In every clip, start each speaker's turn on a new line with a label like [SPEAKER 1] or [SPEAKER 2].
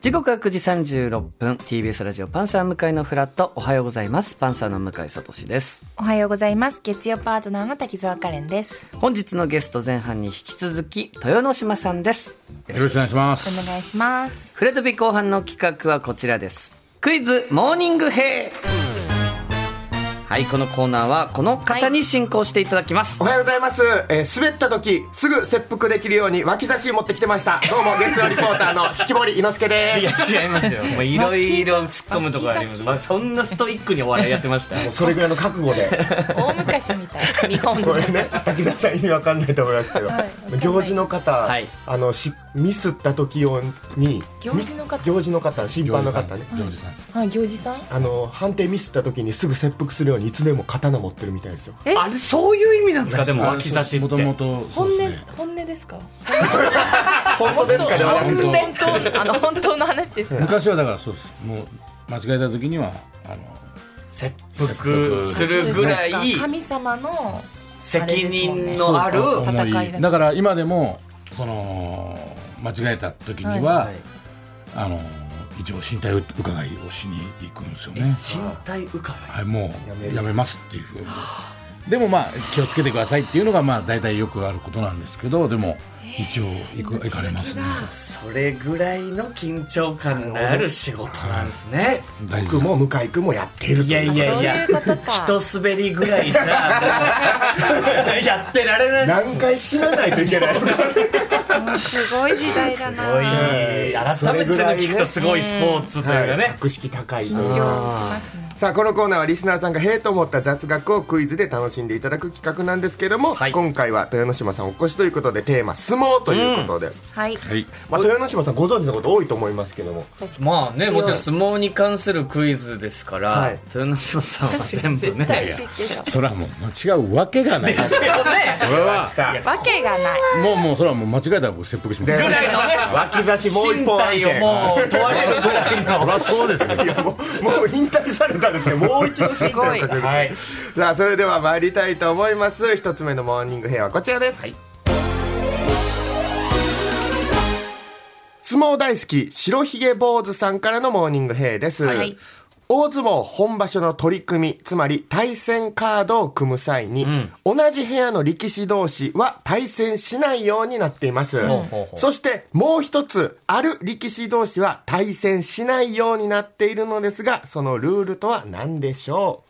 [SPEAKER 1] 時刻は9時36分 TBS ラジオパンサー向井のフラットおはようございますパンサーの向井聡です
[SPEAKER 2] おはようございます。月曜パートナーの滝沢カレンです。
[SPEAKER 1] 本日のゲスト前半に引き続き豊ノ島さんです
[SPEAKER 3] よろしくお願いしま
[SPEAKER 2] お願い
[SPEAKER 3] す。
[SPEAKER 2] します。
[SPEAKER 1] フレトビ後半の企画はこちらですクイズモーニングヘイはいこのコーナーはこの方に進行していただきます、
[SPEAKER 4] おはようございます。えー滑った時、すぐ切腹できるように脇差し持ってきてました。どうも、月曜リポーターの 四季森猪之助です。
[SPEAKER 5] 違います よ。もういろいろ突っ込むところあります。まあそんなストイックにお笑いやって ました。
[SPEAKER 4] それぐらいの覚悟 で。
[SPEAKER 2] 大昔みたい。日本
[SPEAKER 4] こ
[SPEAKER 2] 語
[SPEAKER 4] れね、滝沢さん意味わかんないと思いますけど、
[SPEAKER 2] はい
[SPEAKER 4] 行事の方、
[SPEAKER 1] はい
[SPEAKER 4] あのしミスった時用に
[SPEAKER 2] 行事の方
[SPEAKER 4] み行事の方、審判の方ね。
[SPEAKER 3] 行司さ ん。
[SPEAKER 2] あ、行事さん。
[SPEAKER 4] あの判定ミスった時にすぐ切腹するようにいつでも刀持ってるみたいですよ。
[SPEAKER 2] え
[SPEAKER 5] あれそういう意味なんですか。でも脇差しって。
[SPEAKER 3] もともとそ
[SPEAKER 2] 本
[SPEAKER 3] う
[SPEAKER 2] 音、
[SPEAKER 3] ですね。
[SPEAKER 2] 本音ですか。
[SPEAKER 4] 本当ですかではなく
[SPEAKER 2] 本
[SPEAKER 4] て
[SPEAKER 2] 当、あの本当の話です。
[SPEAKER 3] 昔はだからそうです。もう間違えた時にはあの
[SPEAKER 5] 切腹するぐらい
[SPEAKER 2] 神様の。
[SPEAKER 5] 責任のある。
[SPEAKER 2] そう
[SPEAKER 3] 思
[SPEAKER 2] 戦いだ
[SPEAKER 3] い。だから今でもその間違えた時にはあの一応身体伺いをしに行くんですよね。
[SPEAKER 4] 身体浮か
[SPEAKER 3] はい、も
[SPEAKER 4] やめ
[SPEAKER 3] う
[SPEAKER 4] る
[SPEAKER 3] やめますっていうふうに。でもまあ気をつけてくださいっていうのがまあ大体よくあることなんですけどでも一応行く行かれますね
[SPEAKER 5] それぐらいの緊張感のある仕事なんですね。
[SPEAKER 3] 大事
[SPEAKER 4] 僕
[SPEAKER 3] な
[SPEAKER 4] も向井君もやっていると
[SPEAKER 5] いやいやいや。
[SPEAKER 2] そういうことか
[SPEAKER 5] 人滑りぐらいな。やってられない。
[SPEAKER 4] 何回死なないといけない。
[SPEAKER 2] もうすごい時代
[SPEAKER 5] す
[SPEAKER 2] だ
[SPEAKER 5] ごい
[SPEAKER 2] な。
[SPEAKER 5] 改めてそれ聞くとすごいスポーツというか
[SPEAKER 4] はい
[SPEAKER 5] ね。
[SPEAKER 4] 格式高いと
[SPEAKER 2] 緊
[SPEAKER 4] い
[SPEAKER 2] 張
[SPEAKER 4] うか
[SPEAKER 2] しますね。
[SPEAKER 4] さあこのコーナーはリスナーさんがへえと思った雑学をクイズで楽しんでいただく企画なんですけども、
[SPEAKER 5] はい
[SPEAKER 4] 今回は豊ノ島さんお越しということでテーマ「相撲」ということで、
[SPEAKER 2] はい。
[SPEAKER 3] はい
[SPEAKER 4] まあ、豊ノ島さんご存知のこと多いと思いますけども
[SPEAKER 5] まあね、
[SPEAKER 2] 強い
[SPEAKER 5] もちろん相撲に関するクイズですから、
[SPEAKER 4] はい
[SPEAKER 5] 豊ノ島さんは全部ね。
[SPEAKER 2] 大事でしょ。
[SPEAKER 3] それはもう間違うわけがないですそれは
[SPEAKER 2] わけがない。
[SPEAKER 3] もうもうそれはもう間違えたら僕切腹 します
[SPEAKER 5] ぐらいのね、
[SPEAKER 4] 脇差しもう一
[SPEAKER 5] 身
[SPEAKER 4] 本案
[SPEAKER 5] 体を
[SPEAKER 4] 件
[SPEAKER 5] もう問われるぐらいの。
[SPEAKER 3] そうですね
[SPEAKER 4] いやもうもう引退されたんですけどもう一度進化をかけて、
[SPEAKER 5] はい
[SPEAKER 4] さあそれでは参りたいと思います一つ目のモーニングヘアはこちらです、
[SPEAKER 5] はい
[SPEAKER 4] 相撲大好き白ひげ坊主さんからのモーニングヘアです、
[SPEAKER 2] はい
[SPEAKER 4] 大相撲本場所の取り組みつまり対戦カードを組む際に、同じ部屋の力士同士は対戦しないようになっています、
[SPEAKER 5] うほうほう
[SPEAKER 4] そしてもう一つある力士同士は対戦しないようになっているのですがそのルールとは何でしょ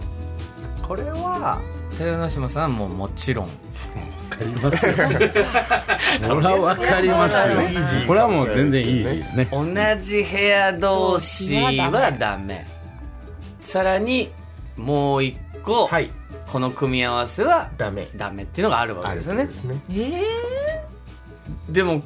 [SPEAKER 4] う
[SPEAKER 1] これは豊ノ島さんはもうもちろん
[SPEAKER 3] わかりますよそれはわかりますよ
[SPEAKER 4] イージー
[SPEAKER 3] これはもう全然イージーですね
[SPEAKER 1] 同じ部屋同士はダメさらにもう一個、
[SPEAKER 4] はい
[SPEAKER 1] この組み合わせは
[SPEAKER 4] ダメ
[SPEAKER 1] ダメっていうのがあるわけですよね
[SPEAKER 4] ですね
[SPEAKER 2] ええ。
[SPEAKER 1] でも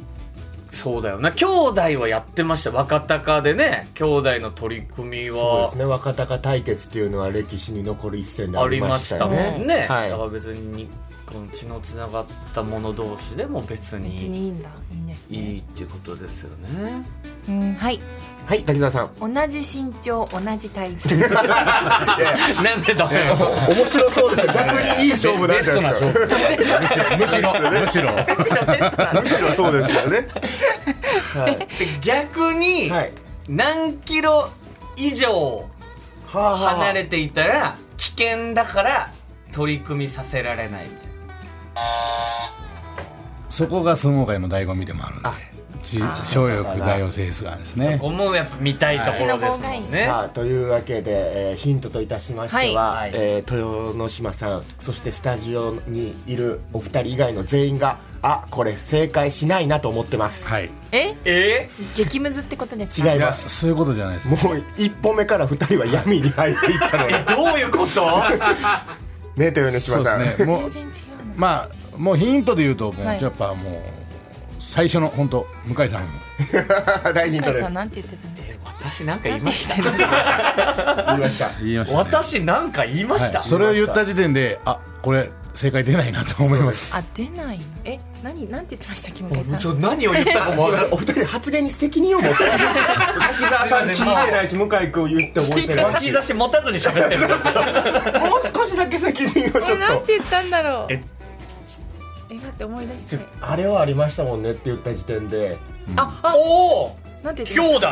[SPEAKER 1] そうだよな兄弟はやってました若鷹でね兄弟の取り組み
[SPEAKER 4] そうで
[SPEAKER 1] は
[SPEAKER 4] すね若隆対決っていうのは歴史に残る一戦であ
[SPEAKER 1] あ
[SPEAKER 4] り
[SPEAKER 1] り
[SPEAKER 4] ま
[SPEAKER 1] ま
[SPEAKER 4] し
[SPEAKER 1] したた
[SPEAKER 4] よ
[SPEAKER 1] もん
[SPEAKER 4] ね
[SPEAKER 1] ね
[SPEAKER 4] はい
[SPEAKER 1] だから別にこの血のつながった者同士でも別
[SPEAKER 2] 別
[SPEAKER 1] に
[SPEAKER 2] にいいんだ。いいんです
[SPEAKER 1] い
[SPEAKER 2] ね。
[SPEAKER 1] いっていうことですよね
[SPEAKER 2] うん、はい。
[SPEAKER 4] はい滝沢さん
[SPEAKER 2] 同じ身長、同じ体重。
[SPEAKER 1] なんでダメなの
[SPEAKER 4] 面白 そうですよ逆にいい勝負なん
[SPEAKER 3] ベ
[SPEAKER 4] じ
[SPEAKER 3] ス
[SPEAKER 4] ゃ
[SPEAKER 3] ト
[SPEAKER 4] ない
[SPEAKER 3] な
[SPEAKER 4] です
[SPEAKER 3] 勝
[SPEAKER 4] か
[SPEAKER 3] 負むしろむしろむしろ
[SPEAKER 4] むしろそうですよね
[SPEAKER 1] 逆に、
[SPEAKER 4] はい
[SPEAKER 1] 何キロ以上
[SPEAKER 4] はあはあ
[SPEAKER 1] 離れていたら危険だから取り組みさせられないみたいな
[SPEAKER 3] そこが相撲界の醍醐味でもあるんでち小欲大王制すがですね
[SPEAKER 1] そこもやっぱ見たいところですも
[SPEAKER 2] はい
[SPEAKER 1] ん ね
[SPEAKER 4] さあというわけで、えーヒントといたしましては、
[SPEAKER 1] はい
[SPEAKER 4] えー豊ノ島さんそしてスタジオにいるお二人以外の全員があこれ正解しないなと思ってます、
[SPEAKER 3] はい
[SPEAKER 2] え、
[SPEAKER 1] え
[SPEAKER 2] 激ムズってことですか。
[SPEAKER 4] 違い
[SPEAKER 3] いや
[SPEAKER 4] ます
[SPEAKER 3] そういうことじゃないです
[SPEAKER 4] もう一歩目から二人は闇に入っていった のよね
[SPEAKER 1] どういうこと
[SPEAKER 4] 豊ノ
[SPEAKER 3] そ
[SPEAKER 4] 島
[SPEAKER 3] う
[SPEAKER 4] さん、
[SPEAKER 3] ですね
[SPEAKER 2] 全
[SPEAKER 3] もう
[SPEAKER 2] 然違うの。
[SPEAKER 3] まあもうヒントで言うともう
[SPEAKER 2] はい
[SPEAKER 3] やっぱもう最初の本当向井さんも
[SPEAKER 4] 大ヒント
[SPEAKER 2] 向井
[SPEAKER 4] です
[SPEAKER 2] さんなんて言ってたんですか。
[SPEAKER 1] 私なんか言いましたね
[SPEAKER 4] 言いました
[SPEAKER 3] 言いましたね
[SPEAKER 5] 私なんか言いました、
[SPEAKER 3] はいそれを言った時点であこれ正解出ないなと思います
[SPEAKER 2] あ、出ないの。え、何、なんて言ってましたっけ、向井さん。
[SPEAKER 5] ちょ何を言ったかもわからない
[SPEAKER 4] お二人発言に責任を持ってない滝沢さん聞いてないし向井君言って覚えてない
[SPEAKER 5] 脇
[SPEAKER 4] し
[SPEAKER 5] 差し持たずに喋ってる
[SPEAKER 4] もう少しだけ責任をち
[SPEAKER 2] え、
[SPEAKER 4] ょっ
[SPEAKER 2] なん
[SPEAKER 4] と
[SPEAKER 2] て言ったんだろう。
[SPEAKER 5] え
[SPEAKER 2] え、待って、思い出して。
[SPEAKER 4] あれはありましたもんねって言った時点で
[SPEAKER 5] おお
[SPEAKER 2] なんて言って
[SPEAKER 5] 兄
[SPEAKER 2] まし
[SPEAKER 5] 弟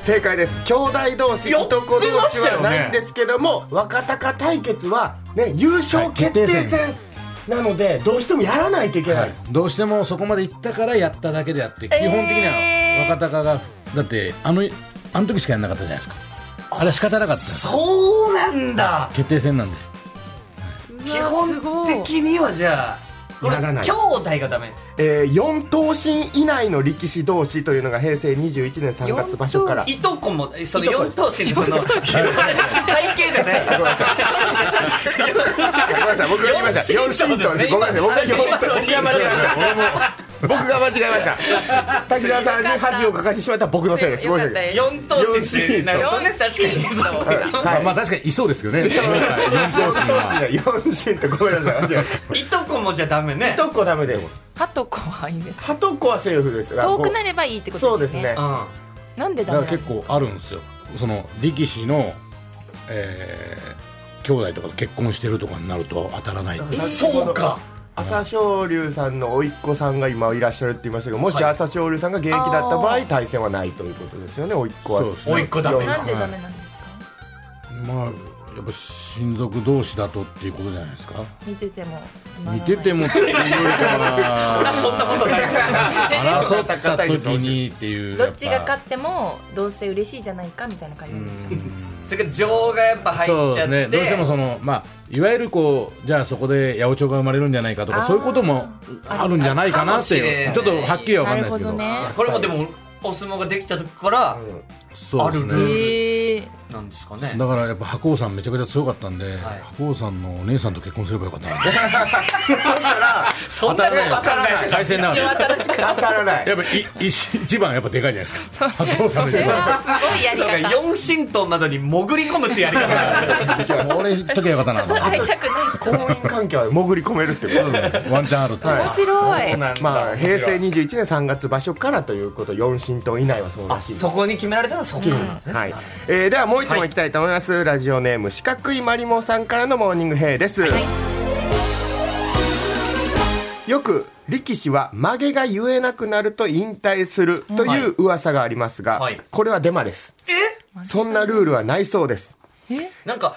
[SPEAKER 4] 正解です兄弟同士い
[SPEAKER 1] や
[SPEAKER 4] とこ同
[SPEAKER 1] 出まし
[SPEAKER 4] 士
[SPEAKER 1] たよ
[SPEAKER 4] は
[SPEAKER 1] ね
[SPEAKER 4] ないんですけども、若隆対決は、ね、優勝決定
[SPEAKER 3] はい決定
[SPEAKER 4] 戦なのでどうしてもやらないといけない、
[SPEAKER 3] どうしてもそこまで行ったからやっただけであって基本的には若隆がだってあのあの時しかやんなかったじゃないですかあれは仕方なかったんです
[SPEAKER 5] そうなんだ
[SPEAKER 3] 決定戦なんで
[SPEAKER 5] 基本的にはじゃあこれ
[SPEAKER 4] やらない
[SPEAKER 5] 兄弟がダメ
[SPEAKER 4] えー、4等身以内の力士同士というのが平成21年3月場所から
[SPEAKER 5] いとこもその四等身でその体型じゃない
[SPEAKER 4] ごめんなさい僕が言いました4親等ですごめんなさい僕が言いました僕が間違えました僕が間違えました滝沢さんに恥をかかしてしまった僕のせいですごめんなさい
[SPEAKER 2] よ
[SPEAKER 5] 四等身ってなるとね確かにそう
[SPEAKER 3] まあまあ確かにいそうですけどね
[SPEAKER 4] 4等身4親等ごめんなさい間違えました
[SPEAKER 5] いとこもじゃダメね
[SPEAKER 4] いとこダメです
[SPEAKER 2] ハトコはいいんです
[SPEAKER 4] はとこはセーフですが
[SPEAKER 2] 遠くなればいいってこ
[SPEAKER 4] そ
[SPEAKER 2] と
[SPEAKER 4] う
[SPEAKER 2] で
[SPEAKER 4] ですす
[SPEAKER 2] ね
[SPEAKER 4] ね
[SPEAKER 5] うん
[SPEAKER 2] なんで
[SPEAKER 3] だ
[SPEAKER 2] だ
[SPEAKER 3] か
[SPEAKER 2] め
[SPEAKER 3] ら結構あるんですよその力士の、えー、兄弟とかと結婚してるとかになると当たらないっていう
[SPEAKER 5] そうか
[SPEAKER 4] 朝青龍さんの甥っ子さんが今いらっしゃるって言いましたけどもし朝青龍さんが現役だった場合対戦はないということですよね甥っ子は
[SPEAKER 3] そうですね
[SPEAKER 5] 甥っ子ダメ
[SPEAKER 2] なんでダメなんですか
[SPEAKER 3] まあやっぱ親族同士だとっていうことじゃないですか
[SPEAKER 2] 見ててもつまらない
[SPEAKER 3] 見ててもっていうよりかは
[SPEAKER 5] そんなことない
[SPEAKER 3] 争った時にっていう
[SPEAKER 2] どっちが
[SPEAKER 3] やぱ
[SPEAKER 2] 勝ってもどうせ嬉しいじゃないかみたいな感じなんですか
[SPEAKER 5] それから情がやっぱ入っちゃ
[SPEAKER 3] そう
[SPEAKER 5] っ
[SPEAKER 3] ですね、どうしても
[SPEAKER 5] て
[SPEAKER 3] その、まあ、いわゆるこうじゃあそこで八百長が生まれるんじゃないかと
[SPEAKER 2] あ
[SPEAKER 3] か
[SPEAKER 2] ー
[SPEAKER 3] そういうこともあるんじゃないか
[SPEAKER 5] ある
[SPEAKER 3] なって
[SPEAKER 5] かもしれ
[SPEAKER 3] い
[SPEAKER 5] ない
[SPEAKER 3] うちょっとはっきりは分かんないですけど
[SPEAKER 2] なる
[SPEAKER 5] これもでもお相撲ができた時から
[SPEAKER 3] そうです
[SPEAKER 2] ほど
[SPEAKER 3] ね
[SPEAKER 2] ねへえ
[SPEAKER 5] なんですかね
[SPEAKER 3] だからやっぱ白鵬さんめちゃくちゃ強かったんで、白鵬さんのお姉さんと結婚すればよかったな
[SPEAKER 5] そんなこと考えて
[SPEAKER 3] 対戦なかった
[SPEAKER 4] 当たらない
[SPEAKER 3] やっぱいい一番やっぱでかいじゃないです か白鵬さんの一番
[SPEAKER 2] あすごいやり
[SPEAKER 5] そうか
[SPEAKER 2] 方
[SPEAKER 5] 四神道などに潜り込むってやり方
[SPEAKER 3] それ言っときゃよかった な
[SPEAKER 2] 会いたくない人
[SPEAKER 4] 婚姻関係は潜り込めるってこと
[SPEAKER 3] ワンチャンあるって、
[SPEAKER 2] 面白い
[SPEAKER 4] まあ平成21年3月場所からということ4親等以内はそうらしいです
[SPEAKER 5] そこに決められたのはそこなんですね
[SPEAKER 4] はい、えーではもう一問いきたいと思います、ラジオネーム四角いマリモさんからのモーニングヘイです、よく力士は曲げが言えなくなると引退するという噂がありますが、
[SPEAKER 5] はい
[SPEAKER 4] これはデマですそんなルールはないそうです
[SPEAKER 5] なんか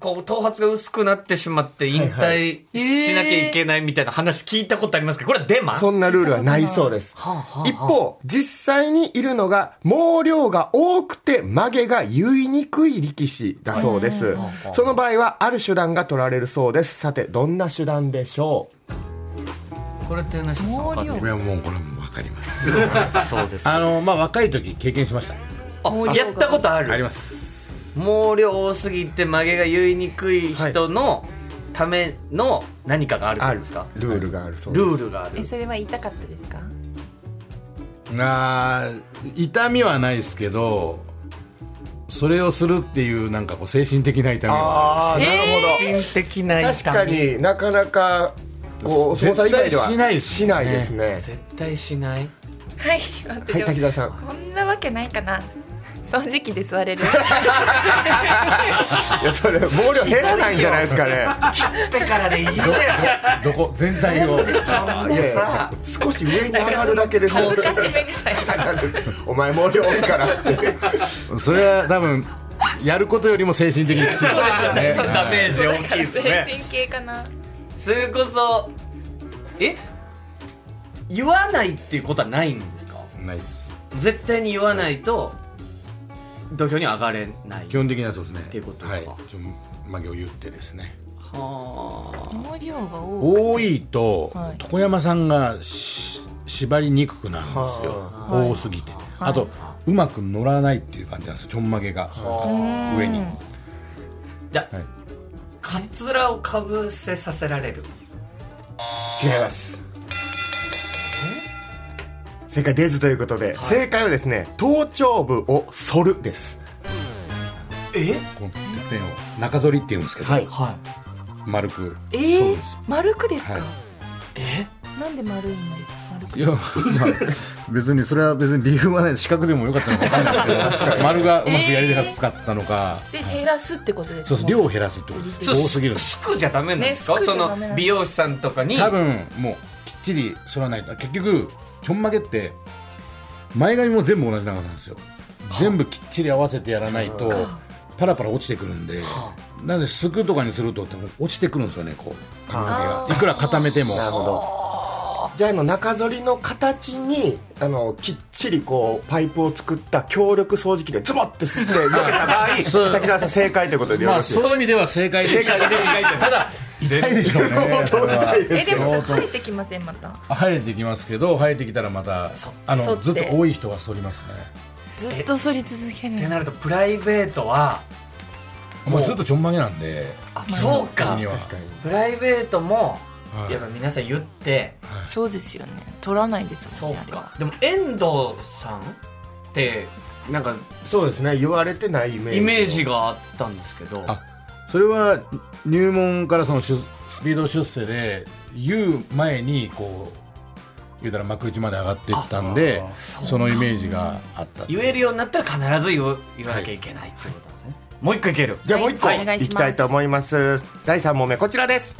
[SPEAKER 5] こう頭髪が薄くなってしまって引退しなきゃいけないみたいな話聞いたことありますけどこれはデマ
[SPEAKER 4] そんなルールはないそうです一方実際にいるのが毛量が多くて曲げが言いにくい力士だそうですその場合はある手段が取られるそうですさてどんな手段でしょう
[SPEAKER 5] これってなしさんわかんない
[SPEAKER 3] いやもうこれも分かります
[SPEAKER 5] そうです
[SPEAKER 3] あのまあ若い時経験しました
[SPEAKER 5] あやったことある
[SPEAKER 3] あります
[SPEAKER 5] 毛量多すぎて曲げが言いにくい人のための何かがあるってこ
[SPEAKER 4] あ
[SPEAKER 5] と
[SPEAKER 4] る
[SPEAKER 5] ですか
[SPEAKER 4] ルールがあるそうです
[SPEAKER 5] ルールがあ
[SPEAKER 2] え
[SPEAKER 5] る
[SPEAKER 2] それは言いたかったですか
[SPEAKER 3] あー痛みはないですけどそれをするっていうなんかこう精神的な痛みは
[SPEAKER 4] ああなる
[SPEAKER 5] 精神的な
[SPEAKER 4] ほど確かになかなかこう
[SPEAKER 3] 絶対
[SPEAKER 4] 捜査以外では
[SPEAKER 3] しないですね
[SPEAKER 4] しないですね
[SPEAKER 5] 絶対しない
[SPEAKER 2] はい待って
[SPEAKER 4] はい
[SPEAKER 2] でも
[SPEAKER 4] 滝沢さん
[SPEAKER 2] こんなわけないかな掃除機で座 れる
[SPEAKER 4] いやそれ毛量減らないんじゃないですかね
[SPEAKER 5] だからでいいじゃん
[SPEAKER 3] どこ全体を
[SPEAKER 4] いやいや少し上に上がるだけで
[SPEAKER 2] 恥ずかしめにされ た
[SPEAKER 4] お前毛量多いからって
[SPEAKER 3] それは多分やることよりも精神的にきついですよね
[SPEAKER 5] そうダメージ大きいです
[SPEAKER 2] 精
[SPEAKER 5] ね
[SPEAKER 2] 神系かな
[SPEAKER 5] それこそえ言わないっていうことはないんですか
[SPEAKER 3] ナイス
[SPEAKER 5] 絶対に言わないと土俵には上がれない
[SPEAKER 3] 基本的にはそうですね
[SPEAKER 5] ていうことか
[SPEAKER 3] はいちょまあ行言ってですね
[SPEAKER 5] は
[SPEAKER 2] 毛量が多い
[SPEAKER 3] 多いと、
[SPEAKER 2] はい
[SPEAKER 3] 床山さんがし縛りにくくなるんですよ
[SPEAKER 2] い
[SPEAKER 3] 多すぎて、あとうまく乗らないっていう感じなんですよちょんまげが上に
[SPEAKER 5] じゃあ
[SPEAKER 3] はい
[SPEAKER 5] カツラをかぶせさせられる
[SPEAKER 4] 違います正解出ずということで、正解はですね頭頂部を反るです
[SPEAKER 5] え
[SPEAKER 3] このてっぺんを中反りっていうんですけど、
[SPEAKER 4] はい
[SPEAKER 5] は
[SPEAKER 3] 丸く
[SPEAKER 2] え
[SPEAKER 3] そう
[SPEAKER 2] ー
[SPEAKER 3] です
[SPEAKER 2] 丸くです
[SPEAKER 3] は
[SPEAKER 2] か
[SPEAKER 3] い
[SPEAKER 2] なんで丸いんですか丸く
[SPEAKER 3] いや、まあ、別にそれは別に理由はない資格でもよかったのか分かんないですけど丸がうまくやりやすかったのか、
[SPEAKER 2] で減らすってことです
[SPEAKER 3] そう
[SPEAKER 2] か
[SPEAKER 3] そう量を減らすってことです多すぎるんです
[SPEAKER 5] すくじゃダメなんですか、
[SPEAKER 2] ねすく
[SPEAKER 5] そ
[SPEAKER 2] じゃダメなんです
[SPEAKER 5] の美容師さんとかに
[SPEAKER 3] 多分もうきっちり反らないと結局ちょんまげって前髪も全部同じ長さなんですよ全部きっちり合わせてやらないとパラパラ落ちてくるんでなのですくとかにすると多分落ちてくるんですよねこう髪の毛がいくら固めても
[SPEAKER 4] なるほどじゃああの中反りの形にあのきっちりこうパイプを作った強力掃除機でズボッて吸って抜けた 場合滝
[SPEAKER 3] そう
[SPEAKER 4] 沢さん正解ということでよ
[SPEAKER 3] ま
[SPEAKER 4] ろ
[SPEAKER 3] あ
[SPEAKER 4] しいです
[SPEAKER 3] そう
[SPEAKER 4] か
[SPEAKER 3] いう意味では正解で
[SPEAKER 4] 正
[SPEAKER 3] す
[SPEAKER 4] 解で す
[SPEAKER 5] ただ
[SPEAKER 3] 痛いでしょうね
[SPEAKER 4] そう痛いです
[SPEAKER 2] えでもそれ入ってきませんまた
[SPEAKER 3] 生えてきますけど生えてきたらまた
[SPEAKER 2] 剃
[SPEAKER 3] あの
[SPEAKER 2] って
[SPEAKER 3] ずっと多い人は剃りますね
[SPEAKER 2] ずっと剃り続け
[SPEAKER 5] っ
[SPEAKER 2] る
[SPEAKER 5] てなるとプライベートは
[SPEAKER 3] もうずっとちょんまげなんで
[SPEAKER 5] あそうか
[SPEAKER 3] 僕には
[SPEAKER 5] プライベートも
[SPEAKER 3] はい
[SPEAKER 5] やっぱ皆さん言って
[SPEAKER 2] そうですよね取らないです
[SPEAKER 5] そ
[SPEAKER 2] もん
[SPEAKER 5] う
[SPEAKER 2] ねあれは
[SPEAKER 5] かでも遠藤さんってなんか
[SPEAKER 4] そうですね言われてないイメージ
[SPEAKER 5] イメージがあったんですけど
[SPEAKER 3] あそれは入門からその出スピード出世で言う前にこう言うたら幕内まで上がっていったんでそのイメージがあった
[SPEAKER 5] 言えるようになったら必ず言う言わなきゃいけないってことなんですね、もう一個いける
[SPEAKER 4] じゃあもう一個
[SPEAKER 2] はいお願
[SPEAKER 4] い
[SPEAKER 2] いします
[SPEAKER 4] きたいと思います第3問目こちらです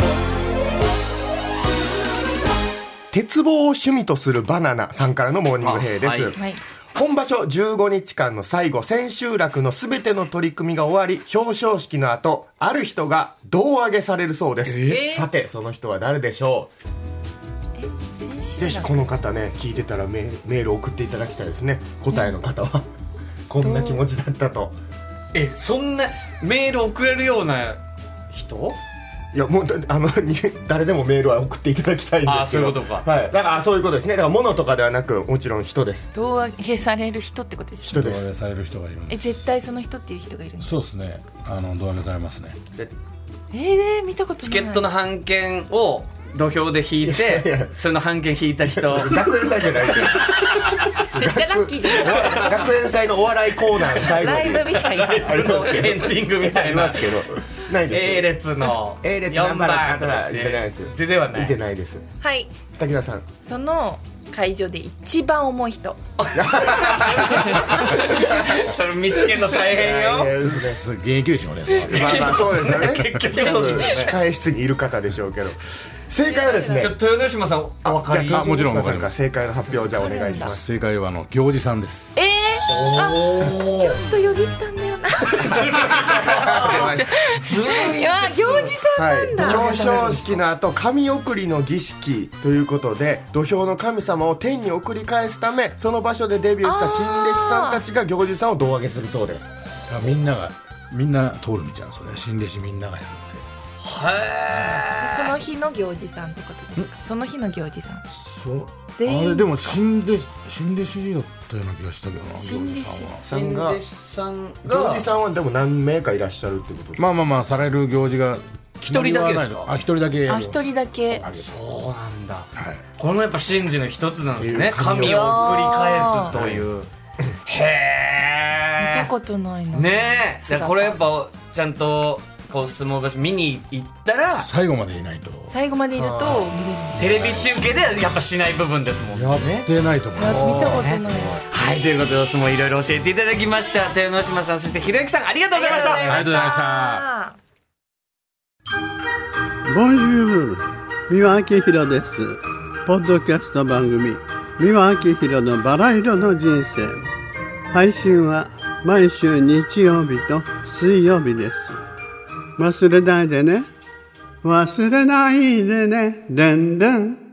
[SPEAKER 4] 鉄棒を趣味とするバナナさんからのモーニングヘイです、
[SPEAKER 5] はい
[SPEAKER 2] はい
[SPEAKER 4] 本場所15日間の最後、千秋楽のすべての取り組みが終わり、表彰式の後、ある人が胴上げされるそうです。さて、その人は誰でしょうぜひこの方ね、聞いてたらメメール送っていただきたいですね。答えの方は。こんな気持ちだったと。
[SPEAKER 5] えそんなメール送れるような人
[SPEAKER 4] いや、もうだ、あの、 に誰でもメールは送っていただきたいんです
[SPEAKER 5] あ
[SPEAKER 4] けど。
[SPEAKER 5] そういうことか
[SPEAKER 4] はい。だから、あそういうことですね。だから、物とかではなく、もちろん 人です。
[SPEAKER 2] 胴上げされる人ってことです
[SPEAKER 4] 人
[SPEAKER 2] よ
[SPEAKER 4] で
[SPEAKER 3] 胴
[SPEAKER 4] す
[SPEAKER 3] 上。げされる人がいるん
[SPEAKER 2] え
[SPEAKER 3] で
[SPEAKER 2] 絶対その人っていう人がいるんです
[SPEAKER 3] そうですねあの胴上げされますね
[SPEAKER 2] えー、見たことない
[SPEAKER 5] チケットの半券を土俵で引いて
[SPEAKER 4] いやいや
[SPEAKER 5] その半券引いた人
[SPEAKER 4] 学園祭じゃないですよ。
[SPEAKER 2] めっちゃラッキーですね
[SPEAKER 4] 学園祭のお笑いコーナーの最後に
[SPEAKER 2] ライブみたいな
[SPEAKER 4] ありますけど
[SPEAKER 5] エンディングみたいな
[SPEAKER 4] ありますけどないです
[SPEAKER 5] A 列の
[SPEAKER 4] A 列ナ
[SPEAKER 5] 4
[SPEAKER 4] ンバー
[SPEAKER 5] 番
[SPEAKER 4] だったらいけないですよ
[SPEAKER 5] でではない
[SPEAKER 4] 見てないです
[SPEAKER 2] はい
[SPEAKER 4] 滝田さん
[SPEAKER 2] その会場で一番重い人
[SPEAKER 5] それ見つけるの大変よ
[SPEAKER 4] えーです
[SPEAKER 3] そ
[SPEAKER 4] ね
[SPEAKER 3] れ現役でしょうねそれは
[SPEAKER 4] まあまあそうですよね
[SPEAKER 5] 結局そうですよね
[SPEAKER 4] 控え室にいる方でしょうけど正解はですね
[SPEAKER 5] ちょっと豊ノ島さんお分かり
[SPEAKER 4] じゃあ
[SPEAKER 3] もちろん
[SPEAKER 4] 川島
[SPEAKER 3] わか
[SPEAKER 4] さ
[SPEAKER 3] ります
[SPEAKER 4] んか正解の発表をじゃあお願いします
[SPEAKER 3] 正解はあの行司さんです
[SPEAKER 2] えー、あちょっとよぎったんだよないや行司さん
[SPEAKER 4] はい、表彰式の後神送りの儀式ということで土俵の神様を天に送り返すためその場所でデビューした新弟子さんたちが行司さんを胴上げするそうです
[SPEAKER 3] あみんながみんな通る道なんですよね新弟子みんながやるんで
[SPEAKER 2] その日の行司さんってことですかその日の行司さん
[SPEAKER 3] そう
[SPEAKER 2] 全員
[SPEAKER 3] あれでも新弟子新弟子だったような気がしたけどな行司
[SPEAKER 2] 新弟子
[SPEAKER 3] さんは
[SPEAKER 4] さん
[SPEAKER 5] 新
[SPEAKER 4] が
[SPEAKER 5] 弟子さん
[SPEAKER 4] 行
[SPEAKER 5] が
[SPEAKER 4] 司さんはでも何名かいらっしゃるってことです
[SPEAKER 3] まあまあまあされる行事が
[SPEAKER 5] 一人だけですか
[SPEAKER 3] あ一人だけ
[SPEAKER 2] あ一人だけ
[SPEAKER 5] そうなんだ
[SPEAKER 3] はい
[SPEAKER 5] これもやっぱ神事の一つなんです
[SPEAKER 4] い
[SPEAKER 5] ね
[SPEAKER 4] う
[SPEAKER 5] 神を送り返すという
[SPEAKER 2] 見
[SPEAKER 5] へ
[SPEAKER 2] たことないな
[SPEAKER 5] えねえ
[SPEAKER 2] 姿
[SPEAKER 5] だからこれやっぱちゃんとこう相撲場所見に行ったら
[SPEAKER 3] 最後までいないと
[SPEAKER 2] 最後までいると見れる
[SPEAKER 5] テレビ中継ではやっぱしない部分ですもんね
[SPEAKER 3] やってないと思います
[SPEAKER 2] あ見たことない
[SPEAKER 5] はいということでお相撲いろいろ教えていただきました豊ノ島さんそしてひろゆきさんありがとうございました
[SPEAKER 3] ありがとうございました
[SPEAKER 2] あー
[SPEAKER 6] ボンジュール三輪明宏ですポッドキャスト番組三輪明宏のバラ色の人生配信は毎週日曜日と水曜日です忘れないでね忘れないでねでんでん